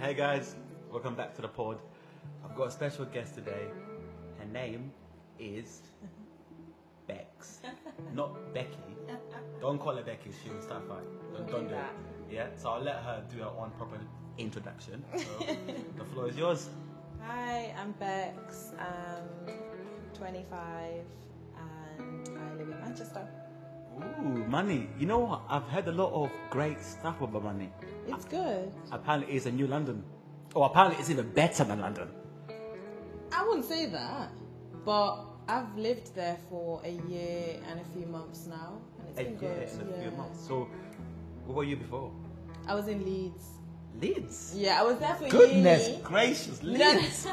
Hey guys, welcome back to the pod. I've got a special guest today. Her name is Bex, not Becky. Don't call her Becky. She will start a fight. Don't, don't do that. it. Yeah. So I'll let her do her own proper introduction. So the floor is yours. Hi, I'm Bex. I'm 25 and I live in Manchester. Ooh, money. You know what? I've heard a lot of great stuff about money. It's good. Apparently, it's a new London. Oh, apparently, it's even better than London. I wouldn't say that, but I've lived there for a year and a few months now, and it's A been year good. and a yeah. few months. So, what were you before? I was in Leeds. Leeds. Yeah, I was there for Goodness uni. gracious, No. Leeds.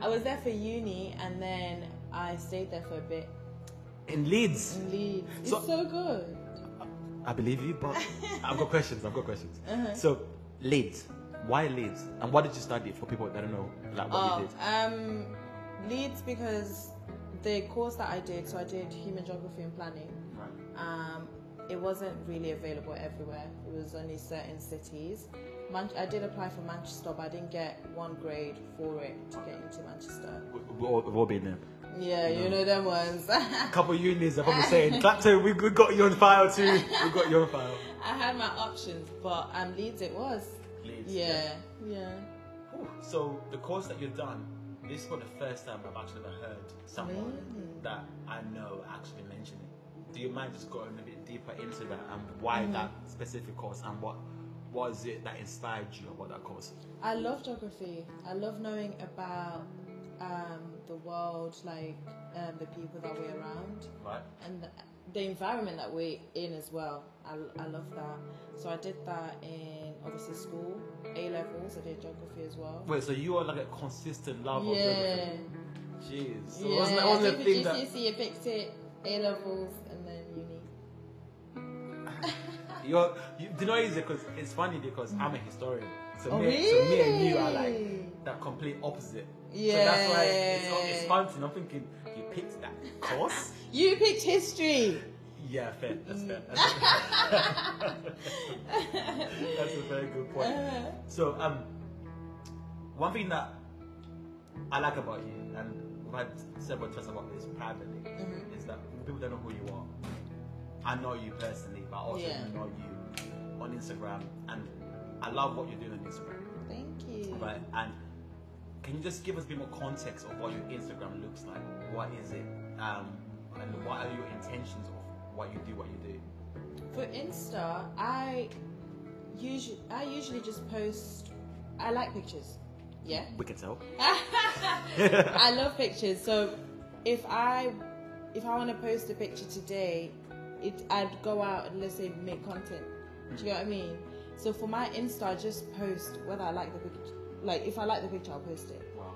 I was there for uni, and then I stayed there for a bit In Leeds. in Leeds. It's So- so, good. I believe you, but I've got questions. I've got questions. So, Leeds. Why Leeds? And what did you study for people that don't know like what you Oh, did? um, Leeds because the course that I did, so I did human geography and planning. Right. um, it wasn't really available everywhere. It was only certain cities. Man- I did apply for Manchester, but I didn't get one grade for it to get into Manchester. We- We've all, we've all been there. Yeah, you know them ones. A couple of unis are probably saying, Clapton, we, we got you on file too. We got you on file. I had my options, but um, Leeds it was. Leeds, Yeah, yeah. Ooh, So the course that you've done, this is not the first time I've actually ever heard someone that I know actually mention it. Do you mind just going a bit deeper into that and why Mm-hmm. that specific course and what was it that inspired you about that course? I love geography. I love knowing about um, the world, like um, the people that we're around. Right? and the environment that we're in as well. I, I love that. So I did that in obviously school, A levels. I did geography as well. Wait, so you are like a consistent love of yeah, geography? Jeez. So yeah. wasn't that wasn't I the did thing the that GCSE, I E, picked it, A levels, and then uni. you're, you do you know it's because it's funny because I'm a historian. So, Oh, me, so me and you are really? like that complete opposite. So Yeah. that's why it's, not- it's fun to I'm thinking you picked that course. You picked history. Yeah, fair. That's fair. That's, fair. That's a very good point. Uh-huh. So, um, one thing that I like about you, and we've had several chats about this privately, Mm-hmm. is that people don't know who you are. I know you personally, but I also Yeah. know you on Instagram, and I love what you're doing on Instagram. Thank you. Right, and can you just give us a bit more context of what your Instagram looks like? What is it? Um, and what are your intentions of what you do, what you do? For Insta, I usually I usually just post. I like pictures. Yeah. We can tell. I love pictures. So if I if I want to post a picture today, it I'd go out and let's say make content. Do you know what I mean? So for my Insta, I just post whether I like the picture. Like if I like the picture, I'll post it. Wow.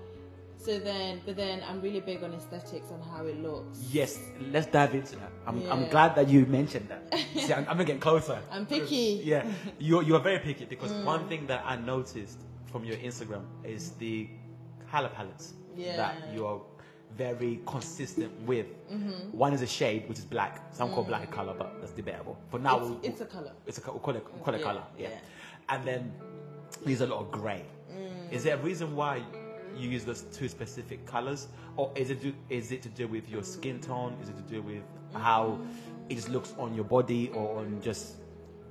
So then, but then I'm really big on aesthetics and how it looks. Yes, let's dive into that. I'm, I'm Yeah. glad that you mentioned that. See, I'm, I'm getting closer. I'm picky. Mm. Yeah, you're, you're very picky because one thing that I noticed from your Instagram is the color palettes that Yeah. you are very consistent with. Mm-hmm. One is a shade, which is black. Some call black a color, but that's debatable. For now, Mm. It's, we'll- it's a color. It's a co- we call it, we call it Yeah, color, yeah. yeah. And then there's a lot of grey. Mm. Is there a reason why you use those two specific colors, or is it do, is it to do with your skin tone? Is it to do with how Mm. it just looks on your body, or on just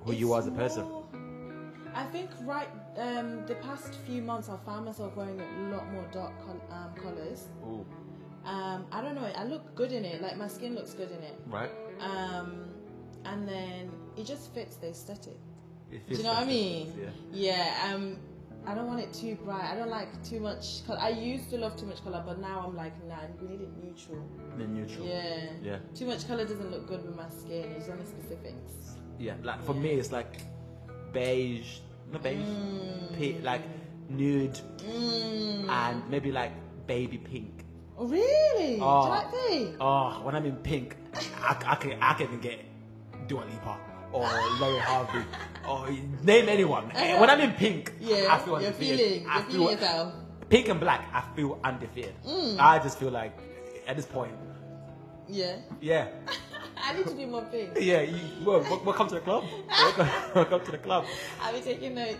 who you are as a person? more- I think right um, the past few months, I found myself wearing a lot more dark col- um, colors. Ooh, Um, I don't know. I look good in it. Like my skin looks good in it. right. um, and then it just fits the aesthetic. It Do fits you know what I that. mean? Yeah. Yeah. Um, I don't want it too bright. I don't like too much color. I used to love too much color, but now I'm like, nah, we need it neutral. Then neutral. Yeah. Yeah. Too much color doesn't look good with my skin. It's on the specifics. Yeah, like for me, it's like beige, not beige, Mm. pe- like nude, and maybe like baby pink. Oh really? Oh. Do you like pink? Oh, when I'm in pink, I, I can I can get Dua Lipa or Laurie Harvey or name anyone. Eh, When I'm in pink, Yeah. I feel you're undefeated. feeling. I You're feeling Mm. feel yourself. pink and black. I feel undefeated. I just feel like at this point, Yeah. yeah, I need to do more pink. yeah. You, well, wel- welcome to the club. Welcome, welcome to the club. I'll be taking notes.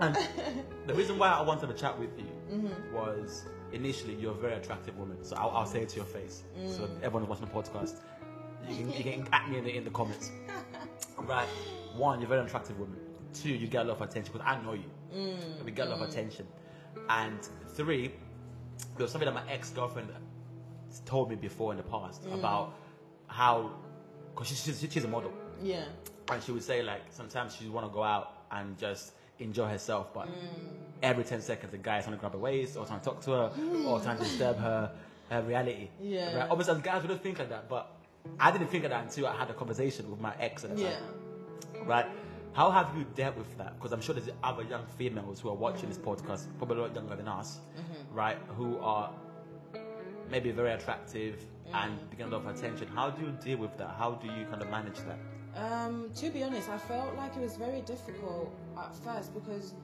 And the reason why I wanted to have a chat with you was initially you're a very attractive woman, so I'll, I'll say it to your face. So everyone who's watching the podcast, you can, you can at me in the, in the comments. Right. One, you're a very attractive woman. Two, you get a lot of attention because I know you. Mm. We get a lot of attention. And three, there was something that my ex girlfriend told me before in the past about how, because she's, she's a model yeah. and she would say like sometimes she want to go out and just enjoy herself, but Mm. every ten seconds a guy is trying to grab her waist or trying to talk to her or trying to disturb her her reality. Yeah. Right? Obviously, as guys, we don't think like that, but I didn't think of that until I had a conversation with my ex at the Yeah. time. Right. How have you dealt with that? Because I'm sure there's other young females who are watching this podcast, probably a lot younger than us, Mm-hmm. right? Who are maybe very attractive Mm. and getting a lot of attention. How do you deal with that? How do you kind of manage that? Um, to be honest, I felt like it was very difficult at first because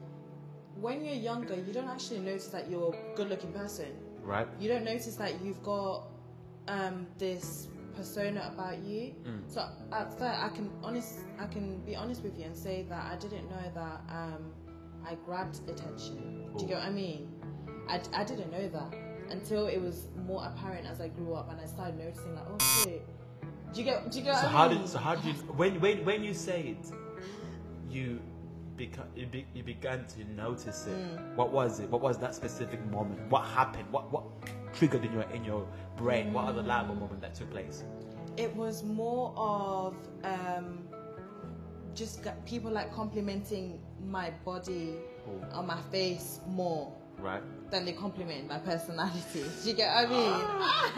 when you're younger, you don't actually notice that you're a good looking person. Right. You don't notice that you've got um, this persona about you. Mm. So at first, I can honest, I can be honest with you and say that I didn't know that um, I grabbed attention. Do you get what I mean? I, I didn't know that until it was more apparent as I grew up and I started noticing like, oh shit. Do you get? Do you get? So what I how mean? did so how did you when when when you say it, you beca- you, be, you began to notice it. Mm. What was it? What was that specific moment? What happened? What what triggered in your in your brain? What other liable moment that took place? it was more of um, just g- people like complimenting my body Oh. or my face more Right. than they compliment my personality. Do you get what I Ah. mean?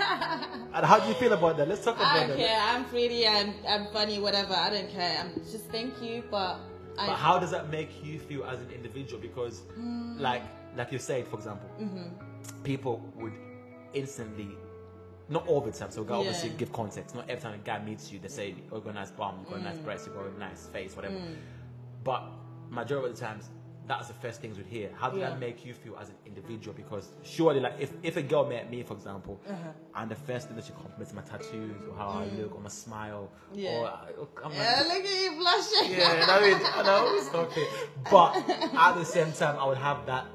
And how do you feel about that? Let's talk I about that. don't care. I'm pretty. I'm, I'm funny. Whatever. I don't care. I'm just thank you, but I But how does that make you feel as an individual? Because Hmm. like like you said, for example, Mm-hmm. people would instantly not all the time, so guy obviously Yeah. give context. Not every time a guy meets you, they say, Oh, you got a nice bum, you got a Mm. nice breast, you got a nice face, whatever. But majority of the times, that's the first things we hear. How did that Yeah. make you feel as an individual? Because surely, like, if, if a girl met me, for example, Uh-huh. and the first thing that she compliments my tattoos, or how I look, or my smile, Mm. Yeah. or I- I'm like, yeah, look at you blushing. yeah, and I mean, and I was okay. But at the same time, I would have that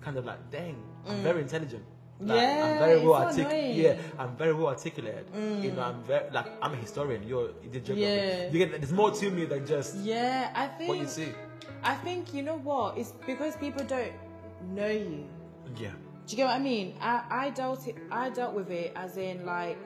kind of like, dang, I'm very intelligent. Like, I'm Mm. Yeah, very it's well so annoying. Mm. articulated. Yeah, I'm very well articulated. You know, I'm very like I'm a historian. You're you did geography. Yeah. You get there's more to me than just Yeah, I think what you see. I think you know what? It's because people don't know you. Yeah. Do you get what I mean? I, I dealt it, I dealt with it as in like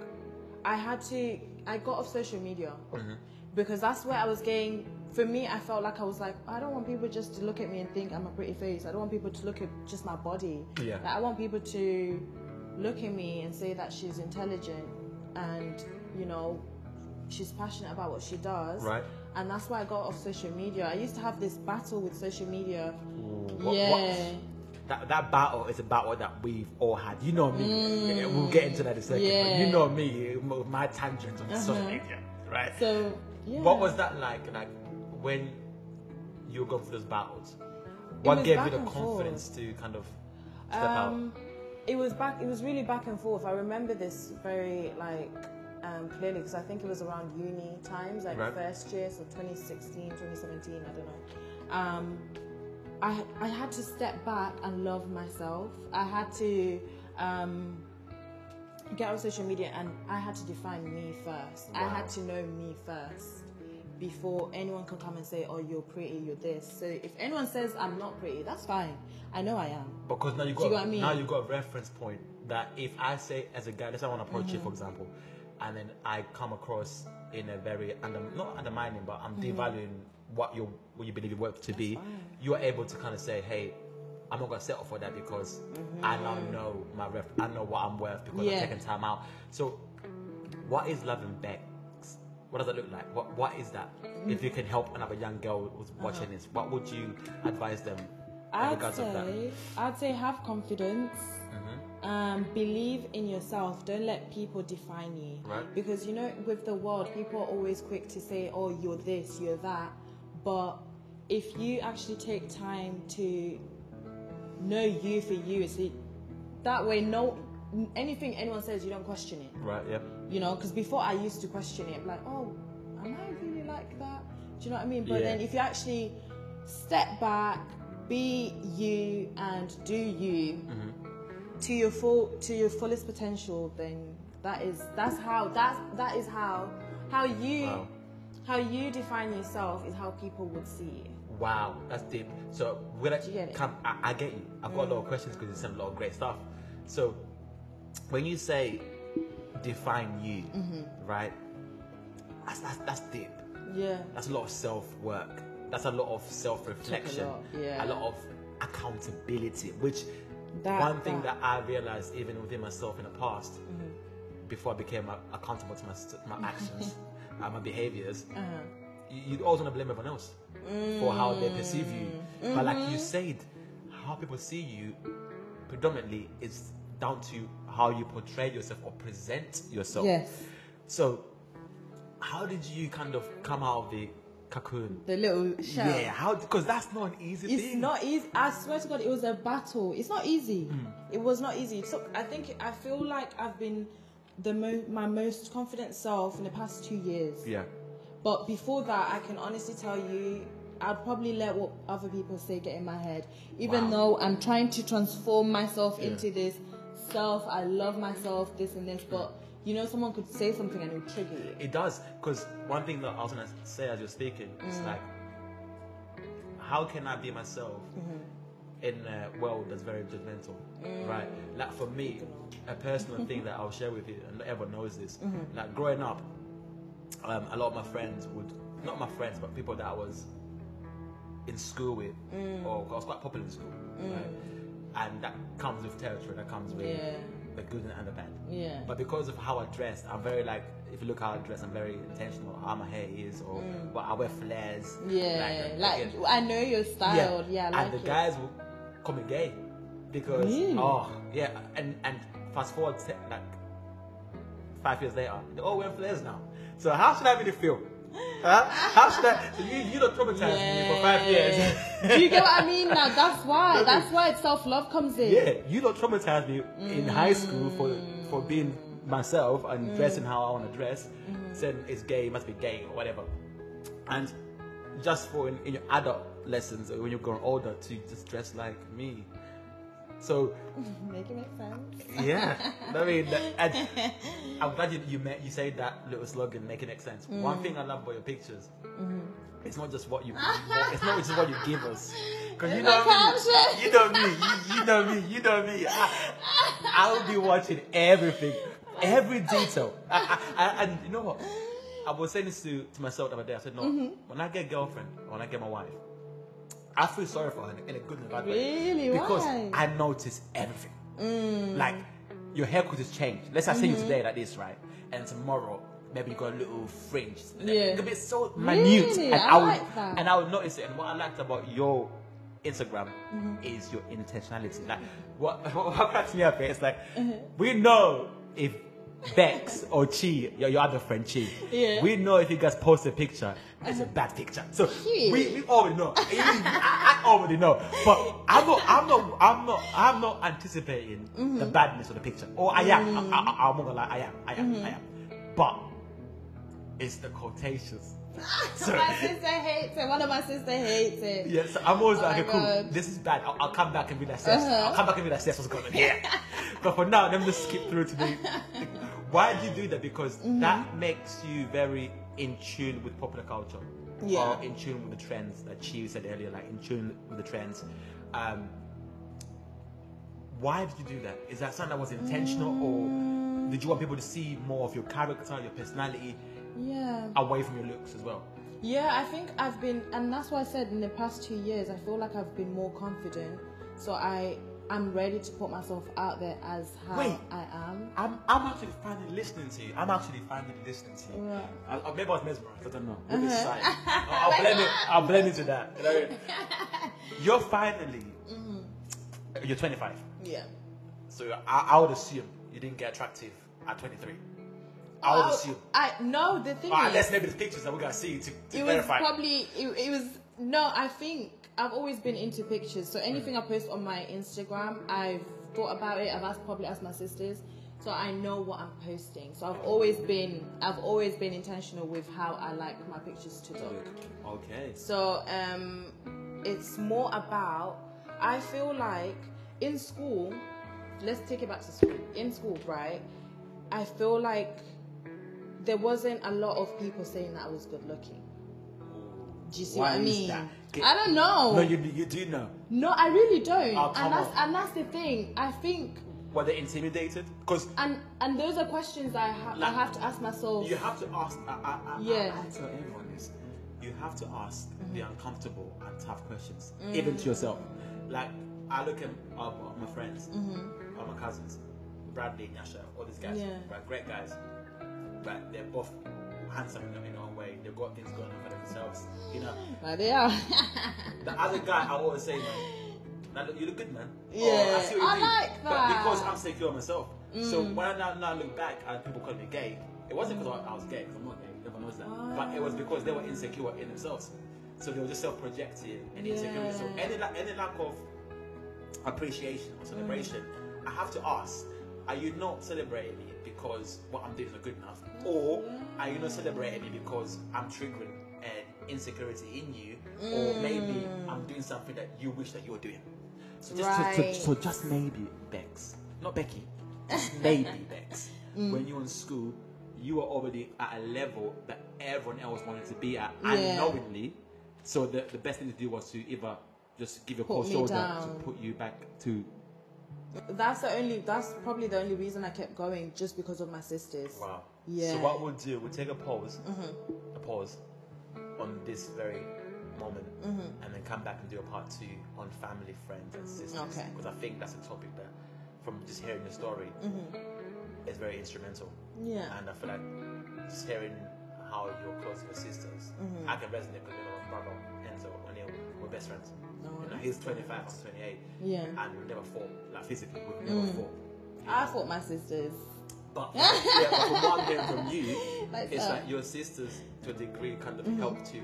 I had to I got off social media Mm-hmm. because that's where I was getting for me I felt like I was like I don't want people just to look at me and think I'm a pretty face. I don't want people to look at just my body. Yeah. Like, I want people to look at me and say that she's intelligent and you know she's passionate about what she does. Right. And that's why I got off social media. I used to have this battle with social media. What- yeah. what- that, that battle is a battle that we've all had. You know me. Yeah, we'll get into that in a second. But Mm. Yeah. Uh-huh. you know me, m- my tangents on social media, right? So yeah. What was that like? Like when you were going through those battles, what was gave you back the and confidence to kind of step Um, it was back. It was really back and forth. I remember this very like um, clearly because I think it was around uni times, like Right. first year, so 2016, 2017. I don't know. Um, I I had to step back and love myself. I had to. Um, get on social media and I had to define me first. I Wow. had to know me first before anyone can come and say, Oh, you're pretty, you're this. So if anyone says I'm not pretty, that's fine. I know I am. out? Because now you Do got you know what I mean? now you got a reference point that if I say as a guy, let's say I want to approach Mm-hmm. you, for example, and then I come across in a very under, not undermining, but I'm Mm-hmm. devaluing what you what you believe your worth to be. You are able to kind of say, hey. I'm not gonna settle for that because I now know my ref. I know what I'm worth because Mm-hmm. Yeah. I've taken time out. So what is love and Bex? What does that look like? What what is that? If Mm-hmm. you can help another young girl who's watching this, what would you advise them in Uh-huh. I'd regards of that? Mm-hmm. say, I'd say have confidence. Um, believe in yourself. Don't let people define you. Right. Because you know, with the world, people are always quick to say, "Oh, you're this, you're that," but if you actually take time to know you for you, it's the- that way. No, anything anyone says, you don't question it Right, yeah. you know because before i used to question it like oh am i really like that do you know what i mean but Yeah. then if you actually step back be you and do you Mm-hmm. to your full to your fullest potential then that is that's how that's that is how how you Wow. how you define yourself is how people would see you Wow, that's deep. So when I Do you get it? Mm. come, I, I get you. I've got a lot of questions because you said a lot of great stuff. So when you say define you, Mm-hmm. right? That's, that's that's deep. yeah That's a lot of self work. That's a lot of self reflection. lot, yeah. A lot of accountability. Which That- one thing that- that, Mm-hmm. I realized even within myself in the past, before I became uh, accountable to my s- my actions, and my behaviors, uh-huh. you, you always want to blame everyone else for how they perceive you. But like you Mm-hmm. said, how people see you predominantly is down to how you portray yourself or present yourself. yes So, how did you kind of come out of the cocoon? the little shell Yeah, how? Because that's not an easy It's thing. not easy. I swear to God, it was a battle. It's not easy. Hmm. It was not easy. So I think I feel like I've been the mo- my most confident self in the past two years. Yeah. But before that, I can honestly tell you, I'd probably let what other people say get in my head. Even Wow. though I'm trying to transform myself Yeah. into this self, I love myself, this and this. But you know, someone could say something and it would trigger you. It does, because one thing that I was gonna say as you're speaking is like, how can I be myself in a world that's very judgmental, right? Like for me, a personal thing that I'll share with you, and everyone knows this. Like growing up, um, a lot of my friends would, not my friends, but people that I was in school with, or I was quite popular in school, right? and that comes with territory. That comes with Yeah. the good and the bad. Yeah. But because of how I dress, I'm very like, if you look how I dress, I'm very intentional how my hair is or what I wear flares. Mm. yeah, uh, like, again. I know your style. Yeah, I like and the it. guys will call me gay because, Really? oh, yeah. And, and fast forward, te- like, five years later, they all wear flares now. So how should I really feel? Huh? How should I? So you, you don't traumatize me for five years. Do you get what I mean? Now that's why. No. That's why self love comes in. Yeah, you don't traumatize me in high school for for being myself and dressing how I want to dress. Saying it's gay, it must be gay or whatever. And just for in, in your adult lessons or when you're growing older to just dress like me. So Make it make sense. yeah, I mean, that- and I'm glad you you, met, you said that little slogan, making it sense. Mm. One thing I love about your pictures. Mm-hmm. It's not just what you. It's not just what you give us, because you It's know like me. caption. You know me. You, you know me. You know me. I, I will be watching everything, every detail. I, I, I, and you know what? I was saying this to, to myself the other day. I said, no. Mm-hmm. When I get a girlfriend, or when I get my wife, I feel sorry for her in a good and a bad way. Really? Because Why? I notice everything. Like your haircut has changed. Let's say I see Mm-hmm. you today like this, right? And tomorrow maybe you got a little fringe. Yeah. It could be so minute. Really? And I would like that. and I would notice it. And what I liked about your Instagram Mm-hmm. is your intentionality. Like what what, what cracks me up is like Uh-huh. we know if Bex or Chi, your, your other friend Chi, Yeah. Uh-huh. we know if you guys post a picture, it's a bad picture. So we, Shit. we already know. Even I, I already know. But I'm not I'm not I'm not I'm not anticipating the badness of the picture. Or I am. I, I, I'm not gonna lie, I am, I am, I am. But it's the quotations. So- my sister hates it. One of my sister hates it. Yes, I'm always Oh like, my okay, cool, God. this is bad. I'll, I'll come back and be like, sis, Uh-huh. I'll come back and be like, sis, what's going on here? but for now, let me just skip through to the. Why do you do that? Because Mm-hmm. that makes you very in tune with popular culture. Yeah. Or in tune with the trends that Chi said earlier, like in tune with the trends. Um, why did you do that? Is that something that was intentional Mm. or did you want people to see more of your character, your personality, Yeah. away from your looks as well? Yeah, I think I've been, and that's why I said in the past two years, I feel like I've been more confident. So I am ready to put myself out there as how Wait. I am. I'm, I'm actually finally listening to you. I'm actually finally listening to you. Right. Uh-huh. I, I, maybe I was mesmerized. I don't know. Maybe it's shy. I'll, I'll blend it. I'll blend into that. You know? you're finally. Mm-hmm. You're 25, Yeah. so I, I would assume you didn't get attractive at 23. I Oh, would assume. I no. The thing Or is, unless maybe the pictures that we gotta see to, to it was verify. probably it, it was no i think i've always been into pictures so anything i post on my instagram i've thought about it i've asked probably asked my sisters so i know what i'm posting so i've always been i've always been intentional with how i like my pictures to look okay. so um it's more about I feel like in school, let's take it back to school. In school, right? I feel like there wasn't a lot of people saying that I was good looking. Do you see Why what I is mean? that? Okay. I don't know. No, you, you do know. No, I really don't. Oh, come and that's on. and that's the thing. I think Were they intimidated? Because and and those are questions I, ha- I Like- have to ask myself. you have to ask. I, I, I, Yeah. Mm-hmm. I, I tell everyone this. You have to ask the uncomfortable and tough questions, Mm. even to yourself. Like I look at uh, my friends, uh, my cousins, Bradley, Nasha, all these guys. Mm-hmm. Yeah. Right, great guys. But they're both handsome in their- in their own way. They've got things going on for themselves. You know. Like they are. The other guy, I always say, man, now look, you look good, man. Oh, Yeah, see what you I do. like But because that. Mm. I'm secure myself. So when I now, now look back and people call me gay, it wasn't because I, I was gay, 'cause I'm not gay, everyone knows that. But it was Ah. because they were insecure in themselves. So they were just self projecting and insecure. So Yeah. any, la- any lack of appreciation Mm. or celebration, I have to ask. Are you not celebrating me because what I'm doing is not good enough? Or Mm. are you not celebrating me because I'm triggering an insecurity in you? Mm. Or maybe I'm doing something that you wish that you were doing. So just so- so- Right. so, just maybe Bex, not Becky, just maybe Bex. Mm. When you're in school, you are already at a level that everyone else wanted to be at Yeah. unknowingly. So the, the best thing to do was to either just give your Put cold me shoulder down. to put you back to that's the only. That's probably the only reason I kept going, just because of my sisters. Wow. Yeah. Mm-hmm. So what we'll do, we'll take a pause, a pause on this very moment, Mm-hmm. and then come back and do a part two on family, friends, and sisters. Okay. Because I think that's a topic that, from just hearing your story, Mm-hmm. is very instrumental. Mm. Yeah. And I feel like just hearing how you're close to your sisters, Mm-hmm. I can resonate with my brother Enzo, O'Neill, we're best friends. You know, he's 25, I'm 28, Yeah. and we never fought. Like physically, we never fought. you Mm. I know? thought my sisters. But, yeah, but from what I'm hearing from you, Like it's that. Mm-hmm. like your sisters, to a degree, kind of help to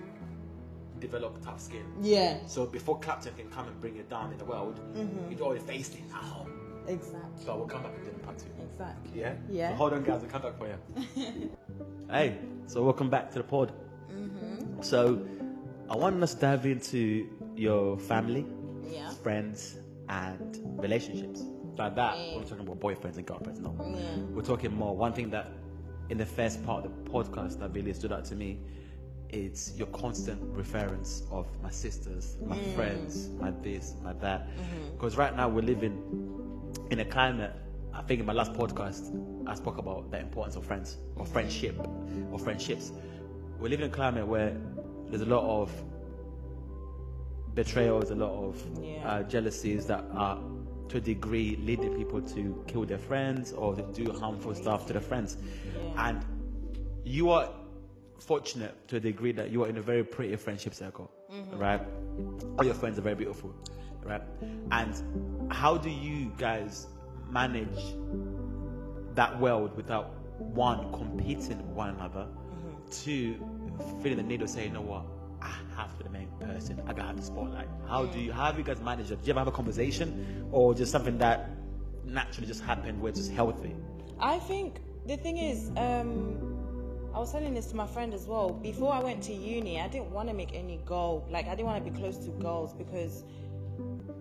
develop tough skin. Yeah. So before Clapton can come and bring you down in the world, Mm-hmm. you'd already faced it at home. Exactly. But we'll come back and do the part two. Exactly. Yeah? Yeah. So hold on, guys, we'll come back for you. hey, so welcome back to the pod. Mm-hmm. So I want us to dive into your family, Yeah. friends, and relationships. Like that, we're not talking about boyfriends and girlfriends, no. We're talking more. One thing that in the first part of the podcast that really stood out to me is your constant reference of my sisters, my friends, my this, my that. Because right now we're living in a climate. I think in my last podcast, I spoke about the importance of friends or friendship or friendships. We live in a climate where there's a lot of betrayals, a lot of Yeah. uh, jealousies that are to a degree leading people to kill their friends or to do harmful stuff to their friends. Yeah. And you are fortunate to a degree that you are in a very pretty friendship circle, right? All your friends are very beautiful, right? And how do you guys manage that world without one competing with one another, Mm-hmm. two feeling the need of saying, you know what, I have to be the main person. I gotta have the spotlight. How do you how have you guys managed that? Do you ever have a conversation or just something that naturally just happened where it's just healthy? I think the thing is, um, I was telling this to my friend as well. Before I went to uni, I didn't want to make any goal. Like, I didn't want to be close to girls because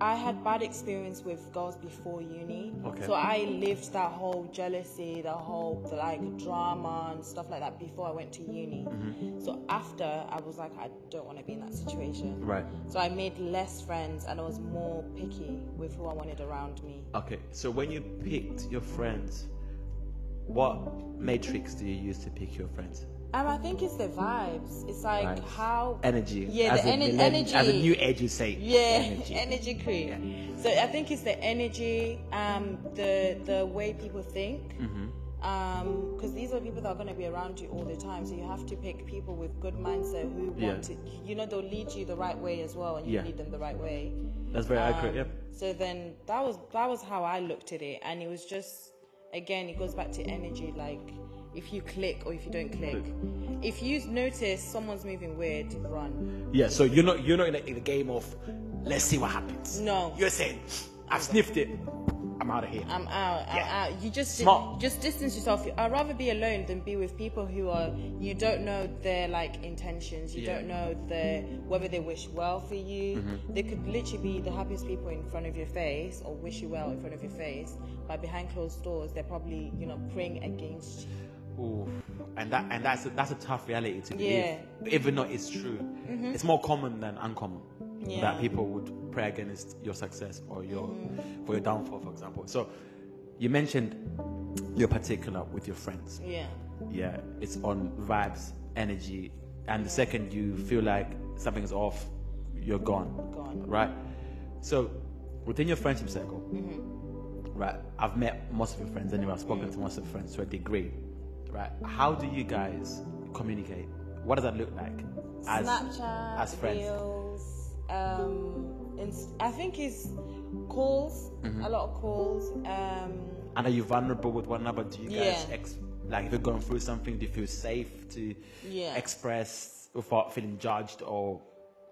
I had bad experience with girls before uni. Okay. So I lived that whole jealousy, the whole like drama and stuff like that before I went to uni. Mm-hmm. So after, I was like, I don't want to be in that situation. Right. So I made less friends and I was more picky with who I wanted around me. Okay, so when you picked your friends, what matrix do you use to pick your friends? Um, I think it's the vibes. It's like Vibes. how Energy. Yeah, as the a ener- millenn- energy. As a new age, you say. yeah, Energy. energy, creep. So I think it's the energy, um, the the way people think, Mm-hmm. because these are people that are going to be around you all the time. So you have to pick people with good mindset who Yeah. want to, you know, they'll lead you the right way as well, and you Yeah. lead them the right way. That's very accurate, Um, yeah. So then that was that was how I looked at it, and it was just again it goes back to energy. Like if you click or if you don't click, if you notice someone's moving weird, run. Yeah, so you're not you're not in a, in a game of let's see what happens. No. You're saying I've sniffed it. I'm out of here. I'm out. I'm Yeah. out. You just Smart. just distance yourself. I'd rather be alone than be with people who are you don't know their like intentions. You Yeah. Mm-hmm. don't know their whether they wish well for you. They could literally be the happiest people in front of your face or wish you well in front of your face, but behind closed doors they're probably you know praying against. you. Oof. And that and that's a, that's a tough reality to Yeah. Mm-hmm. live, even though it's true. It's more common than uncommon Yeah. that people would pray against your success or your Mm-hmm. for your downfall, for example. So you mentioned you're particular with your friends. Yeah. Yeah, it's on vibes, energy, and the second you feel like something's off, you're gone. Gone. Right. So within your friendship circle, Mm-hmm. right? I've met most of your friends anyway. I've spoken to most of your friends to a degree, right? How do you guys communicate? What does that look like? As Snapchat, as friends, reels, um, inst- I think it's calls, Mm-hmm. a lot of calls. Um, and are you vulnerable with one another? Do you guys Yeah. ex- like if you're going through something? Do you feel safe to Yeah. express without feeling judged or?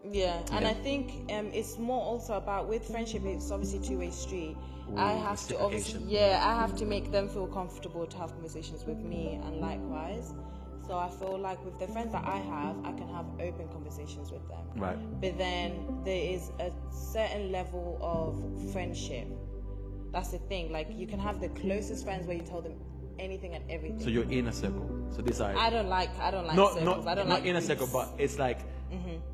Yeah, and Yeah. I think um, it's more also about with friendship. It's obviously two way street. I Ooh, have to obviously, reciprocation. yeah, I have to make them feel comfortable to have conversations with me, and likewise. So I feel like with the friends that I have, I can have open conversations with them. Right. But then there is a certain level of friendship. That's the thing. Like you can have the closest friends where you tell them anything and everything. So you're in a circle. So these are I don't like. I don't like not circles. not I don't not like Mm-hmm. in a groups. circle, but it's like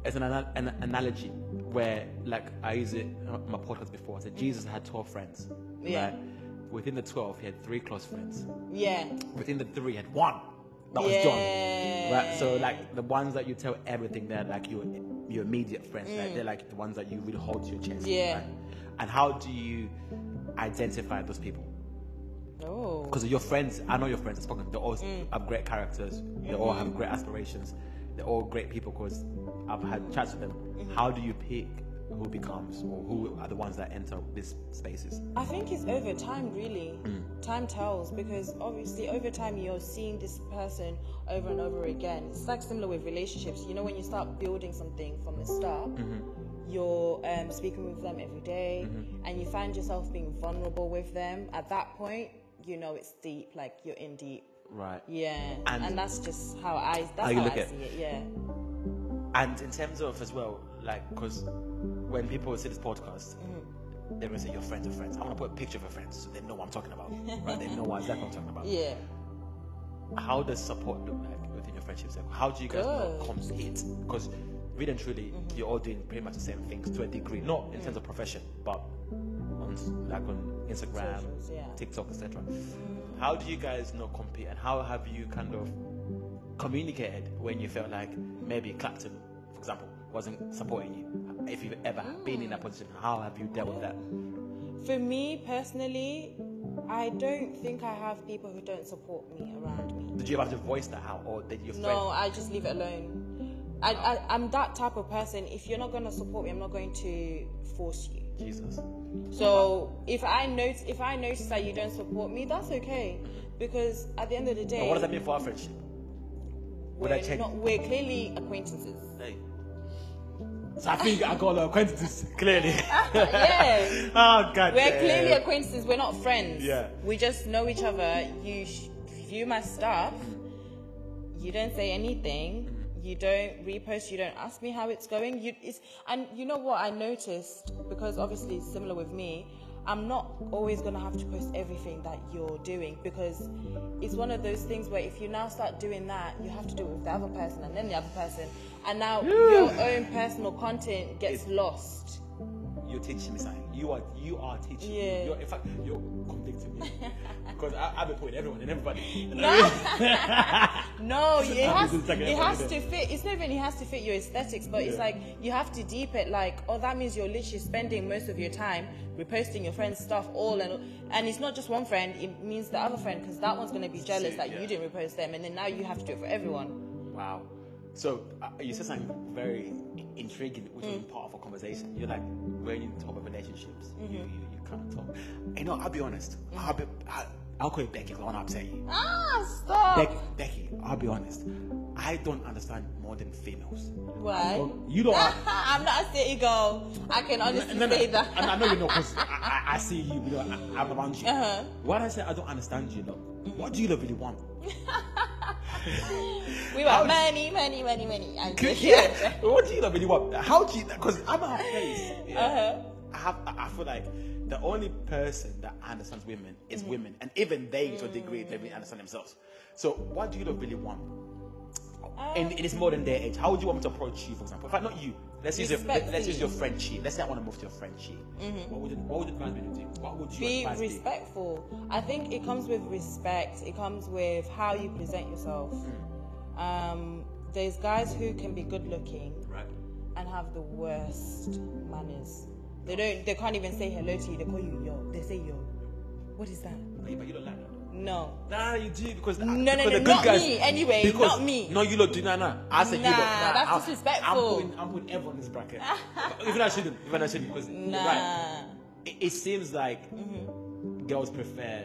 it's an, ana- an analogy where like I use it on my podcast before. I said Jesus had twelve friends, Mm-hmm. Yeah. right? Within the twelve, he had three close friends. yeah, Within the three, he had one that was John, right? So like the ones that you tell everything, they're like your your immediate friends. Like, they're like the ones that you really hold to your chest. Mm. Yeah. right? And how do you identify those people? oh, because your friends, I know your friends, I've spoken, they all have great characters, they all have great aspirations, they're all great people because I've had chats with them. How do you pick who becomes or who are the ones that enter these spaces? I think it's over time, really. Mm. Time tells because obviously over time you're seeing this person over and over again. It's like similar with relationships. You know, when you start building something from the start, Mm-hmm. you're um, speaking with them every day and you find yourself being vulnerable with them. At that point, you know it's deep. Like you're in deep. Right. Yeah, And- and, that's just how I. That's How how, you look I at- see it. Yeah. And in terms of as well, like, because when people see this podcast, they're going to say, Your friends are friends. I'm going to put a picture of your friends so they know what I'm talking about. right? They know what exactly what I'm talking about. Yeah. how does support look like within your friendship circle? How do you guys not Good. Mm-hmm. compete? Because really and truly, you're all doing pretty much the same things to a degree, not in terms of profession, but on s- like on Instagram, Socials, yeah. TikTok, etc. How do you guys not compete, and how have you kind of communicated when you felt like maybe Clapton, for example, wasn't supporting you? If you've ever been in that Mm. position, how have you dealt with that? For me personally, I don't think I have people who don't support me around me. Did you ever have to voice that out, or did your friend? No, I just leave it alone. I, I, I'm that type of person. If you're not going to support me, I'm not going to force you. Jesus. So if I notice if I notice that you don't support me, that's okay, because at the end of the day, And what does that mean for our friendship? Would I we're change- not- we're clearly acquaintances. Hey. So I think I got a lot of acquaintances, clearly. yeah, oh, God. Ah. we're clearly acquaintances. We're not friends. Yeah. we just know each other. You sh- view my stuff. You don't say anything. You don't repost. You don't ask me how it's going. You it's and you know what I noticed because obviously it's similar with me. I'm not always gonna have to post everything that you're doing because it's one of those things where if you now start doing that, you have to do it with the other person and then the other person, and now your own personal content gets It's- lost. You're teaching me something. You are, you are teaching Yeah. me. You're, in fact, you're convicting me. Because I've been putting everyone and everybody. No. No, it has, It's like it everyone has did to fit. It's not even it has to fit your aesthetics, but it's Yeah. like you have to deep it. Like, oh, that means you're literally spending most of your time reposting your friend's stuff all and and it's not just one friend. It means the other friend because that one's gonna be jealous See, that yeah. you didn't repost them, and then now you have to do it for everyone. Wow. So uh, you said something very intriguing, which was Mm. part of our conversation. You're like, when you talk about relationships, Mm-hmm. you, you, you can't talk. You know, I'll be honest. Mm. I'll, be, I, I'll call you Becky because I want to upset you. Ah, stop. Becky, Becky, I'll be honest. I don't understand modern females. Why? Well, you don't- I'm not a city girl. I can honestly No, no, say I, that. I know you know because I, I, I see you, you know, I, am around you. Uh-huh. Why do I say I don't understand you, look? What do you love really want? We want money, money, money, money. I'm yeah. what do you love really want? How do you? Because I'm out of place. Yeah. Uh-huh. I have. I I feel like the only person that understands women is Mm-hmm. women, and even they, to a degree, they Mm. really understand themselves. So, what do you love really want? Uh, in, in this modern day age, how would you want me to approach you, for example? In fact, not you. Let's use your Respect let's me. Mm-hmm. use your Frenchie. Let's say I want to move to your Frenchie. What would you, what would you advise me to do? What would you Be advise me? respectful. I think it comes with respect. It comes with how you present yourself. Hmm. Um, there's guys who can be good looking Right. and have the worst manners. They don't. They can't even say hello to you. They call you yo. They say yo. What is that? But you- but you don't like that. no. Nah, you do because No, no, because no, the good not guys, me, anyway, because- not me. No, you lot do nah, nah. I said you lot. Nah, Nah, that's I'm- I'm disrespectful. putting, I'm putting everyone in this bracket. even I shouldn't. Even I shouldn't because you're Nah. Mm-hmm. right. it, it seems like girls prefer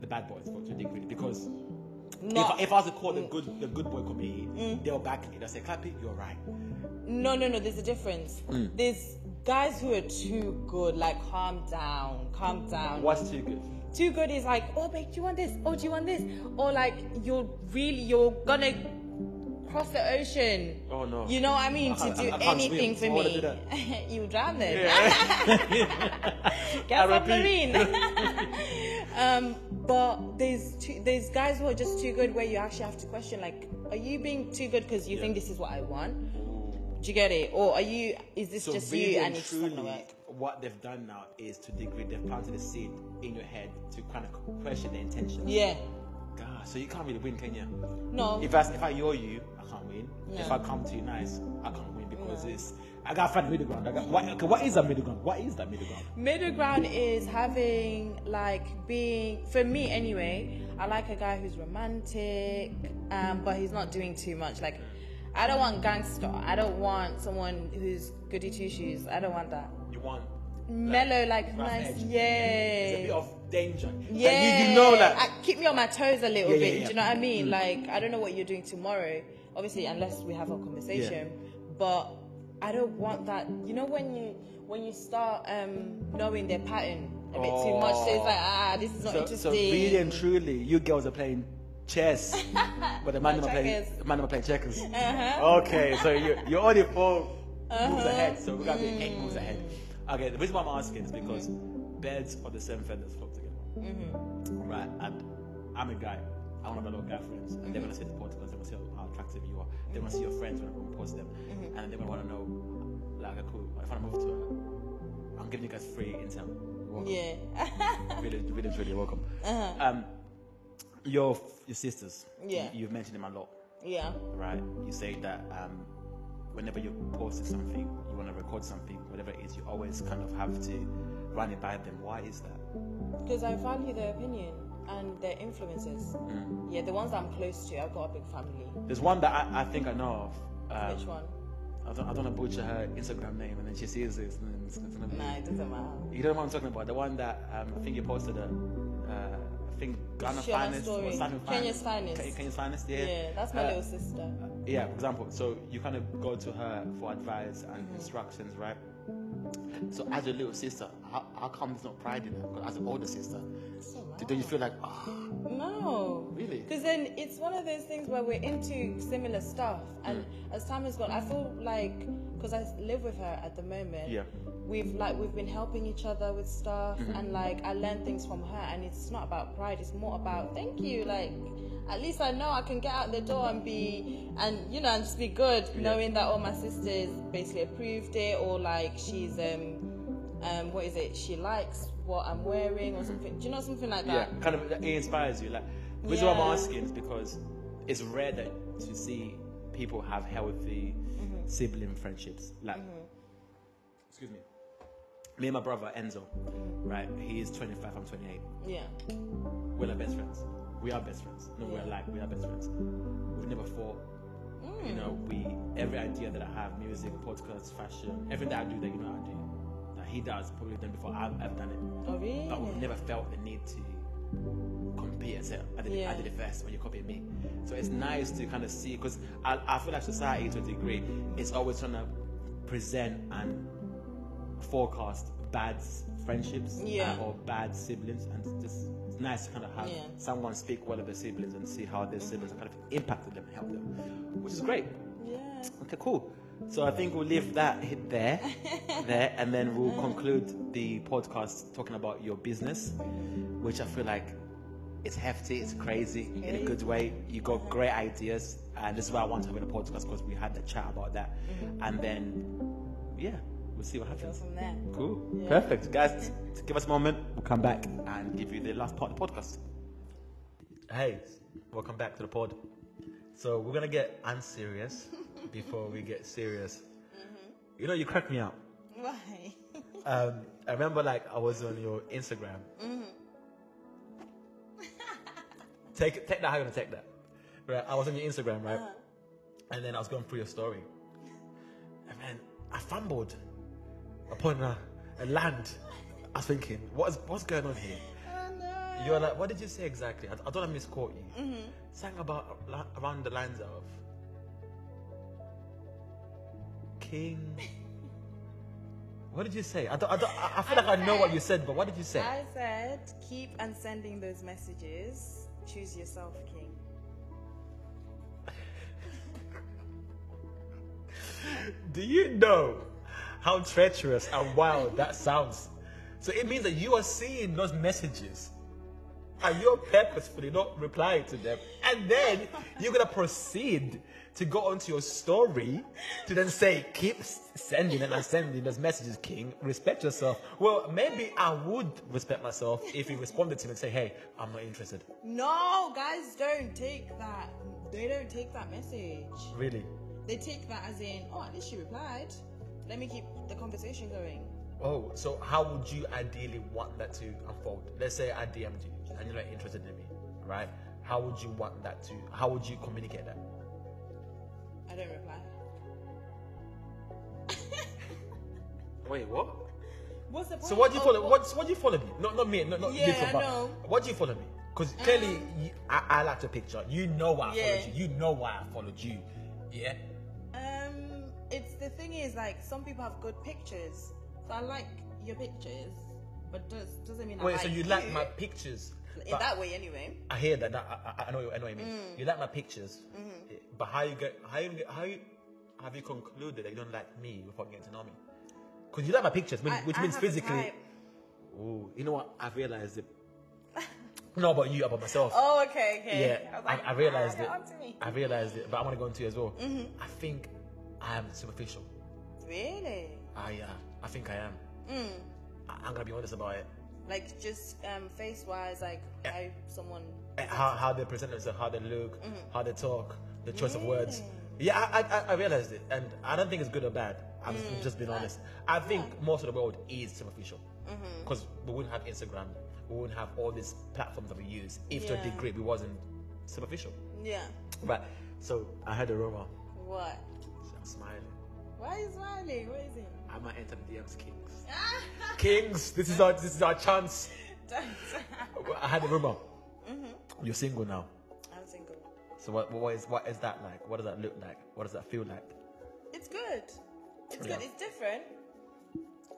the bad boys for to a degree because Not- Mm. if, if I was to call the good the good boy Kobe, they'll back me. They'll say, Clappy, you're right. No, no, no. There's a difference. Hmm. There's guys who are too good. Like, calm down, calm down. What's too good? Too good is like, oh, babe, do you want this? Oh, do you want this? Or like, you're really, you're gonna cross the ocean. Oh, no. You know what I mean? I to can't- do I- I can't anything swim. for Why would I me, you drown then. I Get repeat. submarine. um, but there's two, there's guys who are just too good where you actually have to question like, are you being too good because you think this is what I want? Do you get it? Or are you? Is this So just really you and and it's not truly, gonna work? what they've done now is to degree they've planted a seed in your head to kind of question the intention. Yeah. God, so you can't really win, can you? No. If I if I owe you, I can't win. If Yeah. I come to you nice, I can't win because it's I gotta find the middle ground. I got what, okay, what is that middle ground? What is that middle ground? Middle ground is having like being for me anyway. I like a guy who's romantic, um, but he's not doing too much. Like, I don't want gangster. I don't want someone who's goody two shoes. I don't want that. You want Mellow, like rough nice, edge. There's a bit yeah, of danger. yeah. Like, you, you know that. I, keep me on my toes a little Yeah, yeah, bit. yeah. Mm. Do you know what I mean? Like, I don't know what you're doing tomorrow. Obviously, unless we have a conversation. But I don't want that. You know when you when you start um, knowing their pattern a bit too much, so it's like ah, this is not so, so interesting. really and truly, you girls are playing chess, but the man Not are playing checkers. Uh-huh. the man are playing checkers. Okay, so you you're only 4 moves ahead, so we gotta be eight moves Mm. ahead. Okay, the reason why I'm asking is because birds of the same feathers flock together. Mm-hmm. Right, and I'm a guy. I want to have a lot of guy friends, and they're gonna see the podcast, they're gonna see how attractive you are. They wanna see your friends when everyone posts them, Mm-hmm. and they're gonna wanna know, like, okay, cool. If I wanna move to her, I'm giving you guys free intel. Welcome yeah, really, really, really welcome. Um, your your sisters. Uh-huh. Yeah. You, have mentioned them a lot, yeah, right? You say that um, whenever you post something, you want to record something, whatever it is, you always kind of have to run it by them. Why is that? because I value their opinion and their influences. Mm. Yeah, the ones that I'm close to, I've got a big family. There's one that I, I think I know of. Um, Which one? I don't, I don't want to butcher her Instagram name, and then she sees this, and then it's, it's gonna be. Nah, it doesn't matter. You don't know what I'm talking about. The one that um, I think you posted a. Uh, I think Ghana Share my Finest or story. Simon Kenya's Finest. Ken- Kenya's Finest, yeah. Yeah, that's my Uh, little sister. yeah, for example, so you kind of go to her for advice and instructions, right? So as your little sister, how, how come there's no pride in her? 'Cause as an older sister, do don't you feel like, oh, No. Really? Because then it's one of those things where we're into similar stuff, and Mm. as time has gone, I feel like because I live with her at the moment, Yeah. Mm-hmm. we've like we've been helping each other with stuff, and like I learn things from her, and it's not about pride, it's more about thank you, like. At least I know I can get out the door and be, and you know, and just be good, knowing that all my sisters basically approved it, or like she's, um, um, what is it? She likes what I'm wearing, or something. Do you know something like yeah, that? kind of it inspires you. Like, which is what I'm Yeah. asking is because it's rare that to see people have healthy sibling friendships. Like, excuse me, me and my brother Enzo, right? He is 25, I'm 28. yeah. We're like best friends. We are best friends. No, we're Yeah. like we are best friends. We've never fought. You know, we every idea that I have, music, podcast, fashion, everything that I do that you know I do, that he does probably done before I've, I've done it. Oh, really? But we've never felt the need to compete and say I did, I Yeah. did it first when you copied me. So it's nice to kind of see because I, I feel like society to a degree is always trying to present and forecast bad s- friendships Yeah. uh, or bad siblings, and it's just it's nice to kind of have Yeah. someone speak well of their siblings and see how their siblings kind of impacted them, helped them, which is great. Yeah. Okay, cool. So I think we'll leave that hit there, there, and then we'll conclude the podcast talking about your business, which I feel like it's hefty, it's crazy in a good way. You got great ideas, and this is why I want to have in a podcast because we had a chat about that, and then yeah, we'll see what Go happens. from there. Cool, Yeah. perfect, guys. t- Give us a moment. We'll come back and give you the last part of the podcast. Hey, welcome back to the pod. So we're gonna get unserious before we get serious. You know, you cracked me up. Why? Um, I remember, like, I was on your Instagram. take take that. How you gonna take that? Right, I was on your Instagram, right? And then I was going through your story, and then I fumbled upon a, a land. I was thinking, what's what's going on here? oh no. You're like, what did you say exactly? I, I don't want to misquote you. Sang about la- around the lines of King. what did you say? I, don't, I, don't, I I feel I like I know what said- you said, but what did you say? I said keep on sending those messages. Choose yourself, King. Do you know how treacherous and wild that sounds? So it means that you are seeing those messages and you're purposefully not replying to them. And then you're going to proceed to go onto your story to then say, keep s- sending and sending those messages, King. Respect yourself. Well, maybe I would respect myself if you responded to me and say, hey, I'm not interested. No, guys don't take that. They don't take that message. Really? They take that as in, oh, at least she replied. Let me keep the conversation going. Oh, so how would you ideally want that to unfold? Let's say I DM'd you and you're not interested in me, right? How would you want that to? How would you communicate that? I don't reply. Wait, what? What's the point? So what do you of- follow? What, what do you follow me? Not not me, not, not Yeah, you. But I know. Um, What do you follow me? Because clearly, you, I, I like the picture. You know why I Yeah. followed you. You know why I followed you. Yeah. Um, it's the thing is like some people have good pictures, so I like your pictures, but does doesn't mean I Wait, like so you like my pictures? in but that way anyway. I hear that. that I, I- I know. what- I know what you mean. Mm. You like my pictures, Mm-hmm. eh, but how you get? How you get? How you? Have you concluded that you don't like me without getting to know me? Because you like my pictures, which, I- which I means have a physically. type. Ooh, you know what? I've realized it. no, about you, about myself. Oh, okay, okay. yeah, I, was I, like, I realized ah, it. get onto me. Mm-hmm. I realized it, but I want to go into you as well. I think I am superficial. Really? Mm. I, uh, I think I am. I, I'm gonna be honest about it. Like just um, face wise, like how someone. Uh, how, how they present themselves, how they look, how they talk, the choice of words. Yeah, I, I, I- I realized it, and I don't think it's good or bad. I'm just being honest. I think most of the world is superficial because we wouldn't have Instagram, we wouldn't have all these platforms that we use if to a Yeah. degree we wasn't superficial. Yeah. Right. So I heard a rumor. What? I'm smiling. Why is smiling? What is it? I might enter the DMs, Kings. Ah, Kings, this is our this is our chance. don't- I had a rumor. You're single now. I'm single. So what, what is what is that like? What does that look like? What does that feel like? It's good. It's Yeah. good. It's different.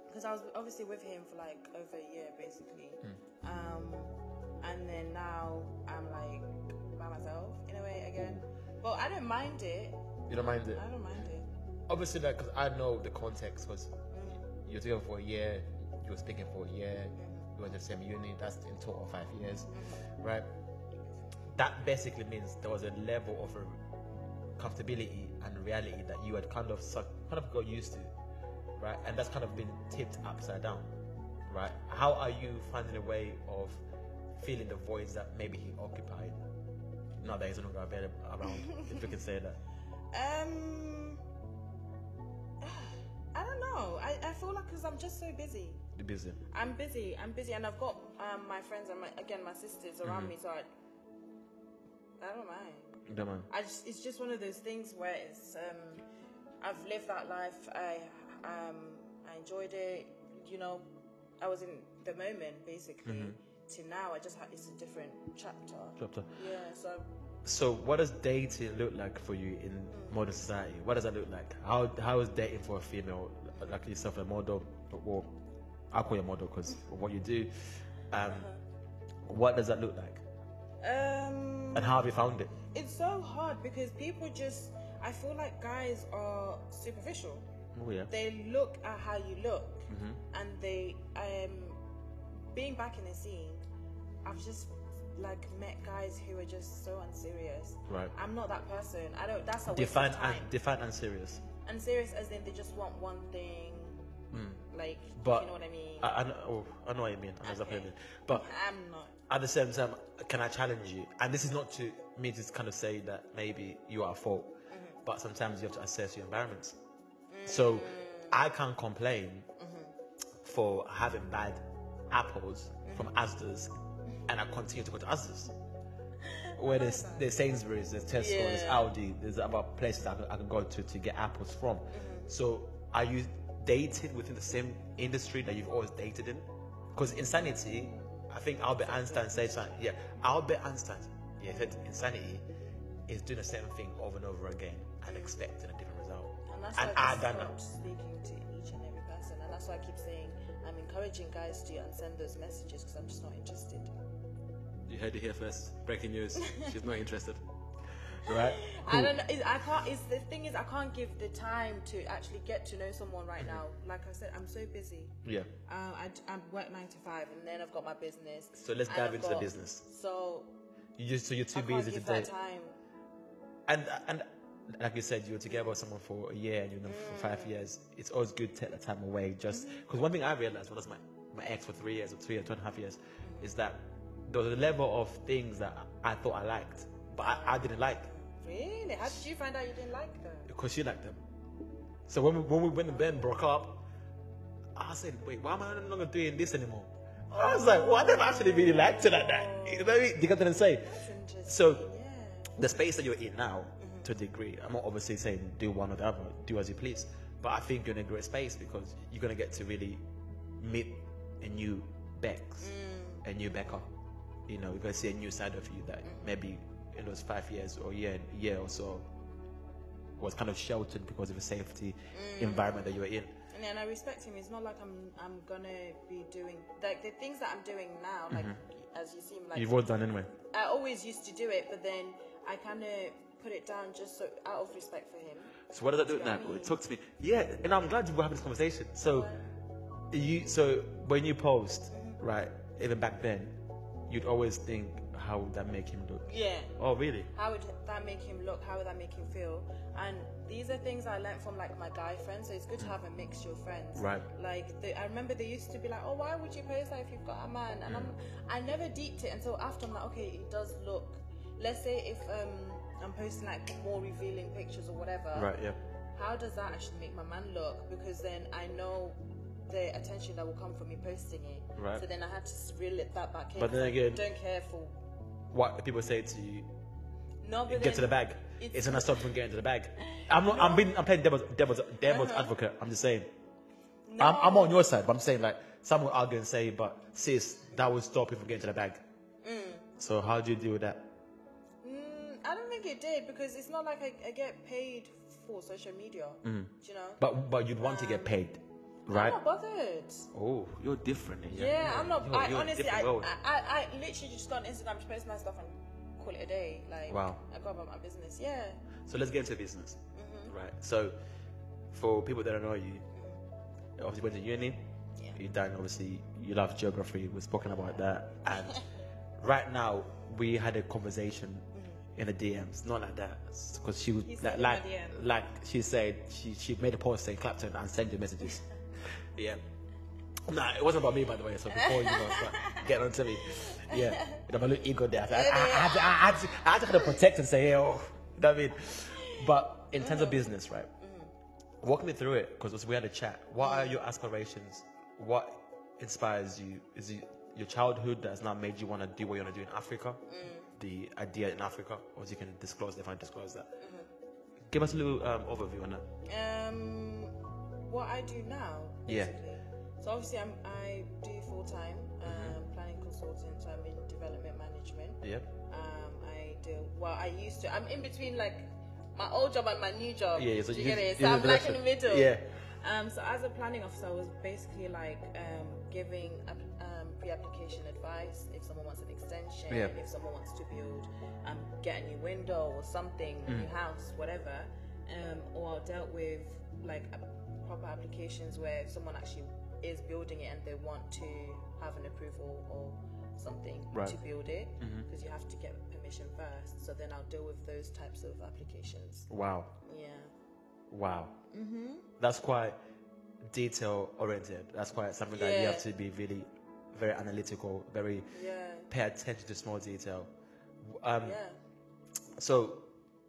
Because I was obviously with him for like over a year, basically. Um, and then now I'm like by myself in a way again. But I don't mind it. You don't mind it? I don't mind it. Obviously, like because I know the context was you're together for a year, you were speaking for a year, you were in the same uni. That's in total five years, right? That basically means there was a level of a comfortability and reality that you had kind of suck, kind of got used to, right? And that's kind of been tipped upside down, right? How are you finding a way of feeling the voids that maybe he occupied? Not that he's no longer available around, if we can say that. Um, I don't know. I, I feel like because I'm just so busy. The busy. I'm busy. I'm busy, and I've got um, my friends and my again my sisters around me, so I, I don't mind. Don't mind. I just, it's just one of those things where it's um, I've lived that life. I um, I enjoyed it. You know, I was in the moment basically. Mm-hmm. To now, I just ha- it's a different chapter. Chapter. Yeah. So So, what does dating look like for you in modern society? What does that look like? How how is dating for a female like yourself, a model or I call you a model because of what you do. Um, what does that look like? Um, And how have you found it? it's so hard because people just. I feel like guys are superficial. Oh yeah. They look at how you look, Mm-hmm. and they um, being back in the scene. I've just like met guys who are just so unserious. Right. I'm not that person. I don't. That's a waste Define of time. and define and serious. and serious as in they just want one thing. Like, Hmm. But you know what I mean? I, I, know, oh, I know what you mean. I know exactly what you Okay. mean. But I'm not. at the same time, can I challenge you? And this is not to me to kind of say that maybe you are at fault, but sometimes you have to assess your environment. So I can't complain for having bad apples from Asda's, and I continue to go to Asda's. Where there's, there's Sainsbury's, there's Tesco, there's Yeah. Aldi, there's about places I can, I can go to to get apples from. So are you dated within the same industry that you've always dated in? Because insanity, I think Albert Einstein said something. Yeah, Albert Einstein yeah, said insanity is doing the same thing over and over again and expecting a different result. And that's And why I I don't keep know. speaking to each and every person, and that's why I keep saying I'm encouraging guys to unsend those messages because I'm just not interested. You heard it here first. Breaking news. She's not interested. Right? I don't know. It's, I can't. It's the thing is I can't give the time to actually get to know someone right now. Like I said, I'm so busy. Yeah. Um, I, I work nine to five, and then I've got my business. So let's and dive I've into the business. So You just, so you're too I can't busy to give that date. time. And and like you said, you were together with someone for a year and you know for Mm. five years. It's always good to take that time away. Just Mm-hmm. because one thing I realized when I was my my ex for three years or three or two and a half years Mm. is that there was a level of things that I thought I liked, but I, I didn't like Really? How did you find out you didn't like them? because she liked them. So when we, when we when Ben broke up, I said, wait, why am I no longer doing this anymore? I was like, well, I never actually really liked her like that. You know what I mean? Do you get what I'm saying? That's interesting. So- yeah. the space that you're in now to a degree i'm not obviously saying do one or the other do as you please but i think you're in a great space because you're going to get to really meet a new Bex, a new becca you know you're going to see a new side of you that maybe in those five years or year year or so was kind of sheltered because of the safety environment that you were in And then I respect him. It's not like I'm I'm gonna be doing like the things that I'm doing now. Like as you seem like Mm-hmm. you've all done anyway I always used to do it, but then I kind of put it down just so out of respect for him. So what does that do That's now? what I mean. Talk to me. Yeah, and I'm glad you were having this conversation. So you so when you post, right, even back then, you'd always think how would that make him look? Yeah. Oh really? How would that make him look? How would that make him feel? And these are things I learned from like my guy friends. So it's good to have a mixture of friends. Right. Like they, I remember they used to be like, "Oh, why would you post that if you've got a man?" And I'm, I never deeped it until after I'm like, "Okay, it does look." Let's say if um I'm posting like more revealing pictures or whatever. Right, yeah. How does that actually make my man look? Because then I know the attention that will come from me posting it. Right. So then I had to s- reel it that back in. But then 'cause I again- don't care for. What people say to you, No, but get to the bag. then it's- It's gonna stop from getting to the bag. I'm not I'm being I'm playing devil's devil's devil's Uh-huh. advocate. I'm just saying. I'm I'm on your side, but I'm saying like some will argue and say, but sis, that will stop you from getting to the bag. So how do you deal with that? Mm, I don't think it did because it's not like I, I get paid for social media. Do you know? Mm. But but you'd want to get paid, Um, I'm right? not bothered. Oh, you're different. Yeah, I'm not. I honestly, I, I, I, I literally just go on Instagram, just post my stuff and call it a day. Like, Wow. I go about my business. Yeah. So let's get into business, Mm-hmm. right? So, for people that don't know you, obviously went to uni. Yeah. You done obviously. You love geography. We've spoken about that, and right now we had a conversation in the DMs, not like that, because she was Mm-hmm. He like, said in my like, DM. like she said she she made a post saying Clapton and send you messages. yeah. Nah, it wasn't about me, by the way. So before you know, so get on to me. Yeah, with my little ego there. I, I, I, had to- I, had to, I had to kind of protect and say, hey, oh, you know what I mean? But in terms of business, right? Walk me through it because we had a chat. What are your aspirations? What inspires you? Is it your childhood that has now made you want to do what you want to do in Africa? The idea in Africa, or you can disclose if I disclose that. Give us a little um, overview on that. Um, what I do now. Yeah. Basically. So obviously, I'm I do full time um, Mm-hmm. planning consultant. So I'm in development management. Yeah. Um, I do. Well, I used to. I'm in between like my old job and my new job. Yeah, so do you- you get it? you So do I'm the like in the direction. middle. Yeah. Um, so as a planning officer, I was basically like um, giving a, um, pre-application advice. If someone wants an extension, Yeah. if someone wants to build, um, get a new window or something, a Mm. new house, whatever, um, or dealt with like a, proper applications where someone actually is building it and they want to have an approval or something Right. Mm-hmm. to build it because you have to get permission first. So then I'll deal with those types of applications. Wow. Yeah. Wow. Mm-hmm. That's quite detail oriented. That's quite something that you Yeah. have to be really very analytical, very Yeah. pay attention to small detail. W- Um, Yeah. So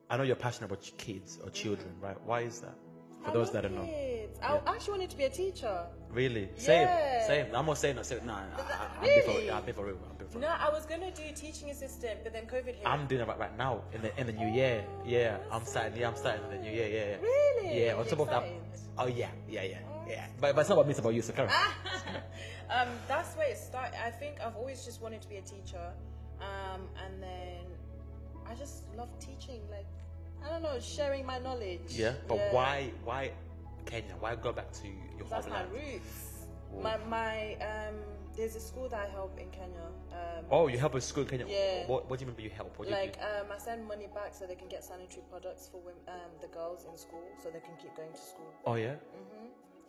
I know you're passionate about ch- kids or children, right? Why is that? For Mm-hmm. I those love that don't know. kids. I actually wanted to be a teacher. Really? Same. Yeah. Same. I'm not saying that. Same. Nah, I, I, I'm being for, Really? yeah, I'm being for real. I'm being for No, real. I was gonna do teaching assistant, but then COVID hit. I'm doing it right, right now in the in the new year. Yeah, I'm that's starting. Yeah, I'm starting in the new year. Yeah, yeah. Really? Yeah. On You're top of that. excited? Oh yeah, yeah, yeah, yeah. But, but it's not about me. It's about you. So carry on. um, that's where it started. I think I've always just wanted to be a teacher, um, and then I just love teaching. Like I don't know, sharing my knowledge. Yeah, but why why Kenya? Why go back to your That's my homeland? roots. My my um, there's a school that I help in Kenya. Um, Oh, you help with school in Kenya. Yeah. What, what do you mean by you help? What do like you um, I send money back so they can get sanitary products for women, um, the girls in school, so they can keep going to school. do? Oh yeah.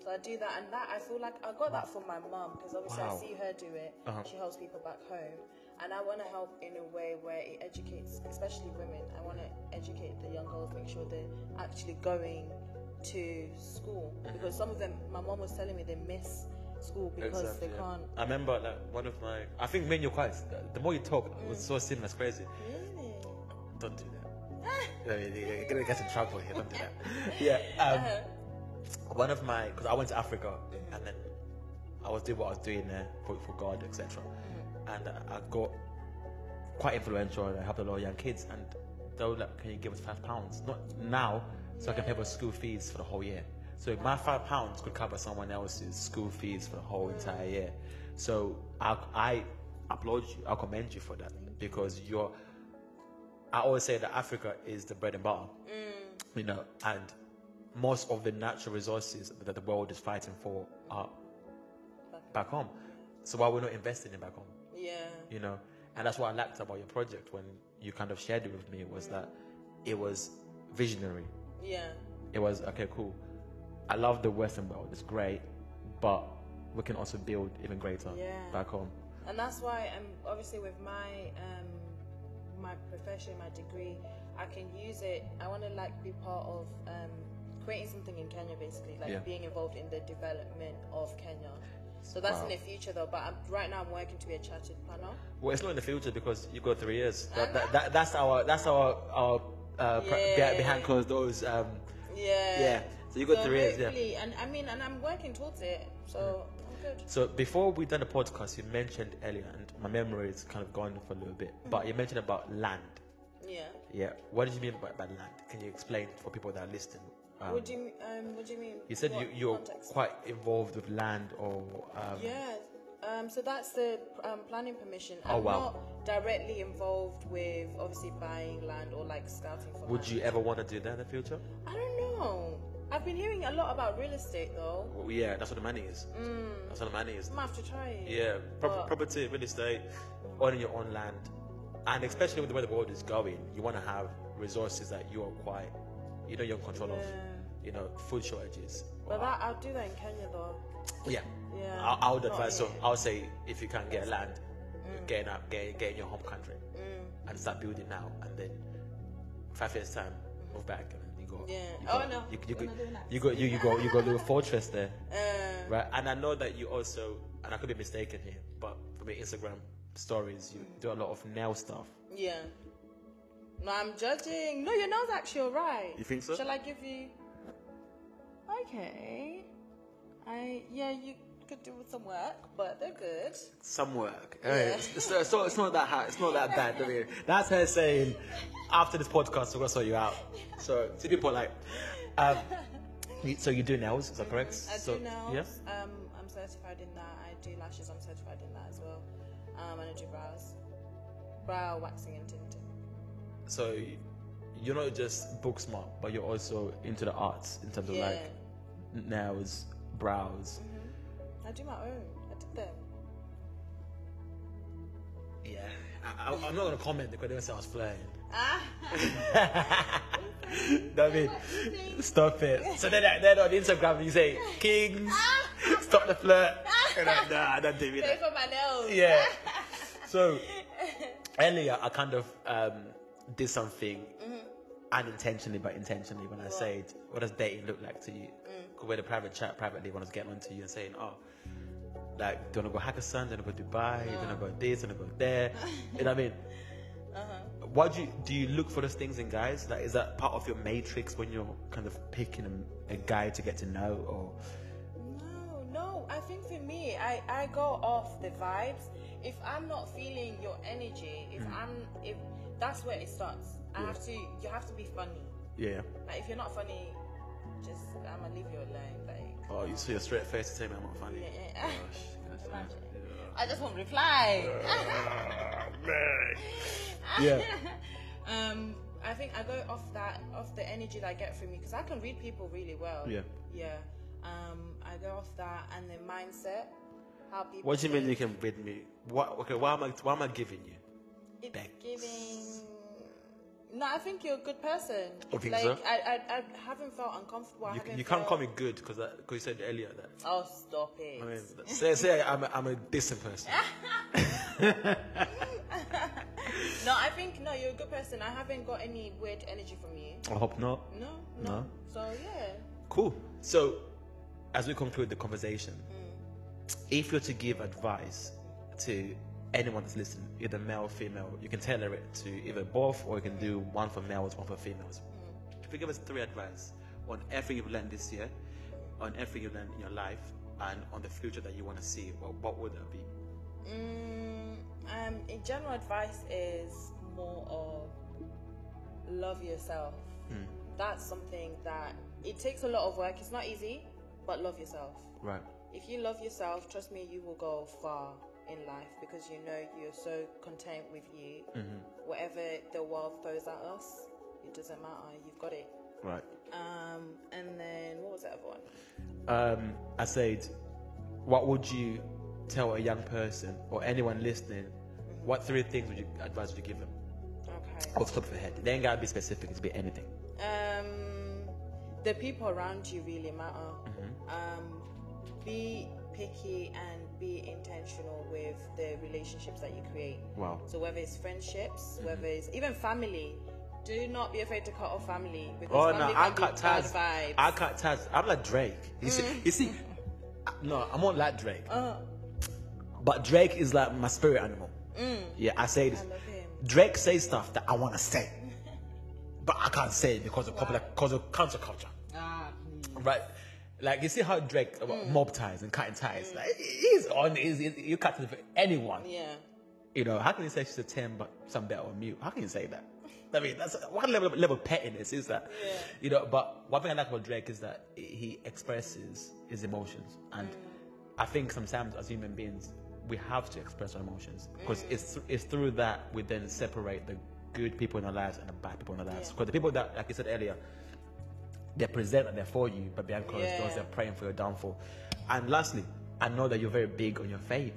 So I do that, and that I feel like I got that from my mum because obviously Wow. I see her do it. Uh-huh. She helps people back home, and I want to help in a way where it educates, especially women. I want to educate the young girls, make sure they're actually going to school Mm-hmm. because some of them, my mum was telling me, they miss school because they yeah. can't. I remember like one of my. I think me and you quite. The more you talk, it Mm. was so similar. It's crazy. Really? Don't do that. No, you- You're gonna get in trouble here. Don't do that. Yeah. Uh-huh. Um, one of my because I went to Africa and then I was doing what I was doing there for, for God, etc. And I got quite influential and I helped a lot of young kids. And they were like, "Can you give us five pounds? Not now, so I can pay for school fees for the whole year." So if my five pounds could cover someone else's school fees for the whole entire year. So I, I applaud you. I commend you for that because you're I always say that Africa is the bread and butter, you know, and most of the natural resources that the world is fighting for are back home. So why we're not investing in back home, Yeah. you know? And that's what I liked about your project when you kind of shared it with me was that it was visionary. Yeah. It was okay, cool. I love the Western world; it's great, but we can also build even greater Yeah. back home. and that's why um, obviously with my um, my profession my degree i can use it i want to like be part of um, creating something in kenya basically like Yeah. being involved in the development of kenya so that's in Wow. the future though but I'm, right now i'm working to be a chartered planner Well, it's not in the future because you got three years. That, that, that, that's our that's our our uh, pr- be- Yeah. behind closed doors. Um, yeah yeah. So you got three years. Yeah. Mm-hmm. hopefully- and i mean and i'm working towards it so i'm good So before we done the podcast, you mentioned earlier, and my memory is kind of gone for a little bit. Mm. But you mentioned about land. yeah Yeah. What did you mean by, by land? Can you explain for people that are listening? Um, what do you um, what do you mean you said you, What you're context? quite involved with land or um, Yeah, um, so that's the um, planning permission. Oh, I'm wow. not directly involved with obviously buying land or like scouting for would land. you e- ever want to do that in the future? I don't know. I've been hearing a lot about real estate though. Well, yeah, that's what the money is. Mm. That's what the money is. I'm gonna have to try it. Yeah, prop- But- property, real estate, owning your own land, and especially with the way the world is going, you want to have resources that you are quite, you know, you're in control of. You know, food shortages. But that, I'll do that in Kenya though. yeah, Yeah, I, I would not Mm. advise. So here. I would say if you can get land, get up, get, get in your home country, Mm. and start building now, and then five years time, move back, and then you go. Mm. Yeah. you Oh, go- no, You, you, we're go, not doing that. you go. You you go. You go. Do a fortress there. Uh, Right, and I know that you also, and I could be mistaken here, but from your Instagram stories, you do a lot of nail stuff. yeah. No, I'm judging. No, your nails actually alright. You think so? Shall I give you? Okay. I yeah, you could do with some work, but they're good. Some work. Yeah. So, so it's not that hard. It's not that bad. don't worry. That's her saying, after this podcast, we're gonna sort you out. So to be polite. Um, you- so you do nails, is that correct? I so, do nails. Yeah. Um, I'm certified in that. I do lashes. I'm certified in that as well. Um, and I do brows, brow waxing and tinting. So you- you're not just book smart, but you're also into the arts in terms of Yeah. like nails, brows. I do my own. I did them. Yeah, I, I, I'm not gonna comment because they say I was flying. Ah. David, stop it. So then, then on Instagram you say, Kings, stop the flirt. And I, nah, I don't do Pay that. for my nails. Yeah. So earlier I kind of um, did something Mm-hmm. unintentionally, but intentionally when I said, "What does dating look like to you?" Mm. Because we had a private chat privately when I was getting onto you and saying, "Oh." Like, do you want to go Hackathon? Do you want to go Dubai? Do you want to Uh-huh. go this? Do you want to go there? You know what I mean? Uh-huh. Why do you, do you look for those things in guys? Like, is that part of your matrix when you're kind of picking a, a guy to get to know? Or No, no. I think for me, I, I go off the vibes. If I'm not feeling your energy, if Mm. I'm if that's where it starts. I have to. You have to be funny. yeah, Like if you're not funny, just I'ma leave you alone. Like oh, you see a straight face to say, "Man, I'm not funny." Yeah. Gosh, gosh, gosh. Imagine. I just won't reply. Yeah. um, I think I go off that off the energy that I get from you because I can read people really well. Yeah. Yeah. Um, I go off that and the mindset. How people. What do you mean you can think. bid me? What? Okay, why am I? Why am I giving you? It's Thanks. giving. No, I think you're a good person. I Oh, think like, so. I, I, I haven't felt uncomfortable. I You, haven't you can't felt- call me good because you said earlier that. Oh, stop it. I mean, say say I'm a, I'm a decent person. No, I think no, you're a good person. I haven't got any weird energy from you. I hope not. No, no. No. So yeah, Cool. So, as we conclude the conversation, if you're to give advice to anyone that's listening, either male, female, you can tailor it to either both, or you can do one for males, one for females. If you give us three advice on everything you've learned this year, on everything you've learned in your life, and on the future that you want to see, what, what would that be? mm, um, in general advice is more of love yourself. That's something that it takes a lot of work. It's not easy, but love yourself. Right. If you love yourself, trust me, you will go far in life because you know you're so content with you. Whatever the world throws at us, it doesn't matter. You've got it. Right. Um, and then what was that other one? um, I said, what would you tell a young person or anyone listening? What three things would you advise would you give them? Okay. Off the top of your head. They ain't gotta be specific, it's be anything. Um, the people around you really matter. Mm-hmm. Um, be picky and be intentional with the relationships that you create. Wow. So whether it's friendships, Mm-hmm. whether it's even family, do not be afraid to cut off family because Oh no, family I can cut be bad ties. vibes. Mm. I cut ties. I'm like Drake. You see, you see, I- no, I'm not like Drake. Uh, But Drake is like my spirit animal. Yeah, I say this. Mm. I love him. Drake says stuff that I wanna say, but I can't say it because of popular, because of counter culture. Ah, Right. Like you see how Drake Mm. about mob ties and cutting ties. Like he's on. He's, he's, you cut it for anyone. yeah. You know how can you say she's a ten but some better on mute? How can you say that? I mean that's what level of, level of pettiness is that? Yeah. You know. But one thing I like about Drake is that he expresses his emotions, and I think sometimes as human beings we have to express our emotions because it's it's through that we then separate the good people in our lives and the bad people in our lives. Yeah. Because the people that, like you said earlier, they're present and they're for you, but behind closed Yeah. doors, they're praying for your downfall. And lastly, I know that you're very big on your faith.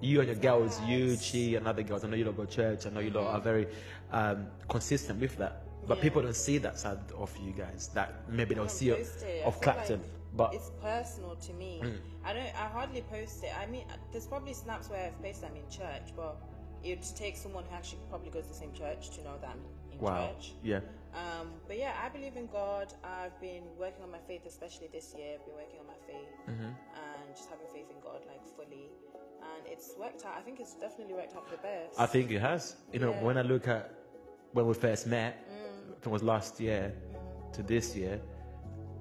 You and your girls, you, Chi, and other girls, I know you don't go to church, I know you lot are very um, consistent with that. But Yeah. people don't see that side of you guys, that maybe they'll don't see of, post it. I of feel Clapton. like but Hmm. it's personal to me. I don't. I hardly post it. I mean, there's probably snaps where I've posted I'm in church, but it would take someone who actually probably goes to the same church to know that I'm in wow, church. yeah, Um, but yeah, I believe in God. I've been working on my faith, especially this year. I've been working on my faith Mm-hmm. and just having faith in God, like fully. And it's worked out. I think it's definitely worked out for the best. I think it has. You know, Yeah. Mm. when I look at when we first met, it was last year to this year,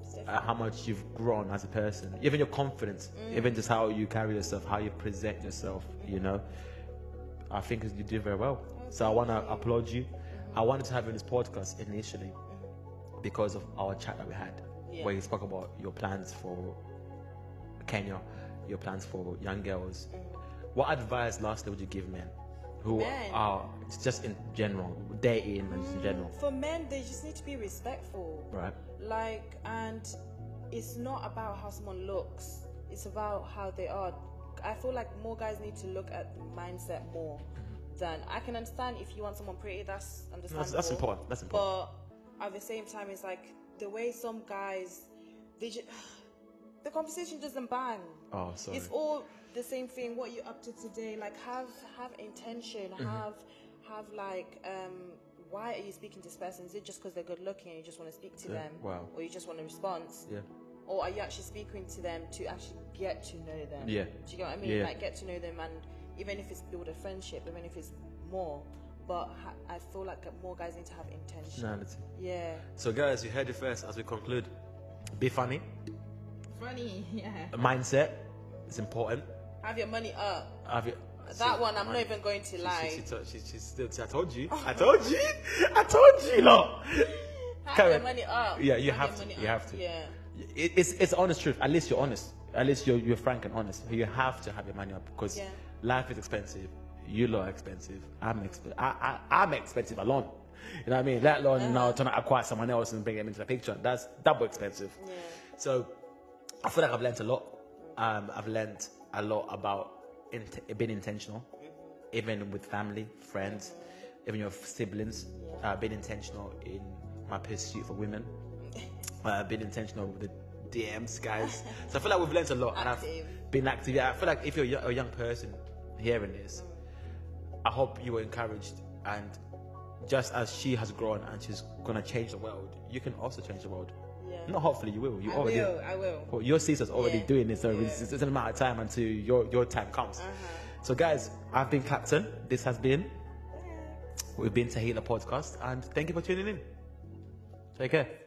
It's uh, definitely- how much you've grown as a person, even your confidence, even just how you carry yourself, how you present yourself, you know. I think you do very well. so I want to applaud you. I wanted to have you on this podcast initially because of our chat that we had, Yeah. where you spoke about your plans for Kenya, your plans for young girls. What advice, lastly, would you give men who Mm. Men? are just in general, dating and in general, for men, they just need to be respectful. right? like and it's not about how someone looks. It's about how they are. I feel like more guys need to look at the mindset more than I can understand if you want someone pretty. That's understandable. That's, that's important. That's important. But at the same time, it's like the way some guys they just, the conversation doesn't bang. oh, sorry. It's all the same thing. What you up to today? Like have have intention. Mm-hmm. Have have like um, why are you speaking to this person? Is it just because they're good looking and you just want to speak to Yeah, them? wow. Or you just want a response? yeah. or are you actually speaking to them to actually get to know them? Yeah. Do you know what I mean? Yeah. Like get to know them, and even if it's build a friendship, even if it's more, but ha- I feel like more guys need to have intention. Personality. Yeah. So, guys, you heard it first. As we conclude, be funny. Funny. Yeah. Mindset is important. Have your money up. Have you, That one, I'm not even Oh. going to She- She, she, lie. told- she, she still, I told you. I told you. I told you. No. Have your Karen. money up. Yeah, you have Have your to. money You up. have to. Yeah. It, it's it's honest truth. At least you're honest. At least you're you're frank and honest. You have to have your money up because Yeah. life is expensive. You lot are expensive. I'm expensive. I, I I'm expensive alone. You know what I mean? Let Uh-huh. alone now trying to acquire someone else and bring them into the picture. That's double expensive. Yeah. So I feel like I've learnt a lot. Um, I've learnt a lot about int- being intentional, even with family, friends, even your siblings. Uh, being intentional in my pursuit for women. Uh, being intentional with the DMs, guys. so I feel like we've learnt a lot, and Active. I've been active. Yeah, I feel like if you're a yo- a young person hearing this, I hope you were encouraged and. Just as she has grown and she's gonna change the world, you can also change the world. Yeah. Not hopefully you will. You I already. will. I will. Well, your sister's already Yeah. doing this, so Yeah. Uh-huh. it's, it's an amount of time until your your time comes. So, guys, I've been Captain. This has been. We've been Tahila Podcast, and thank you for tuning in. Take care.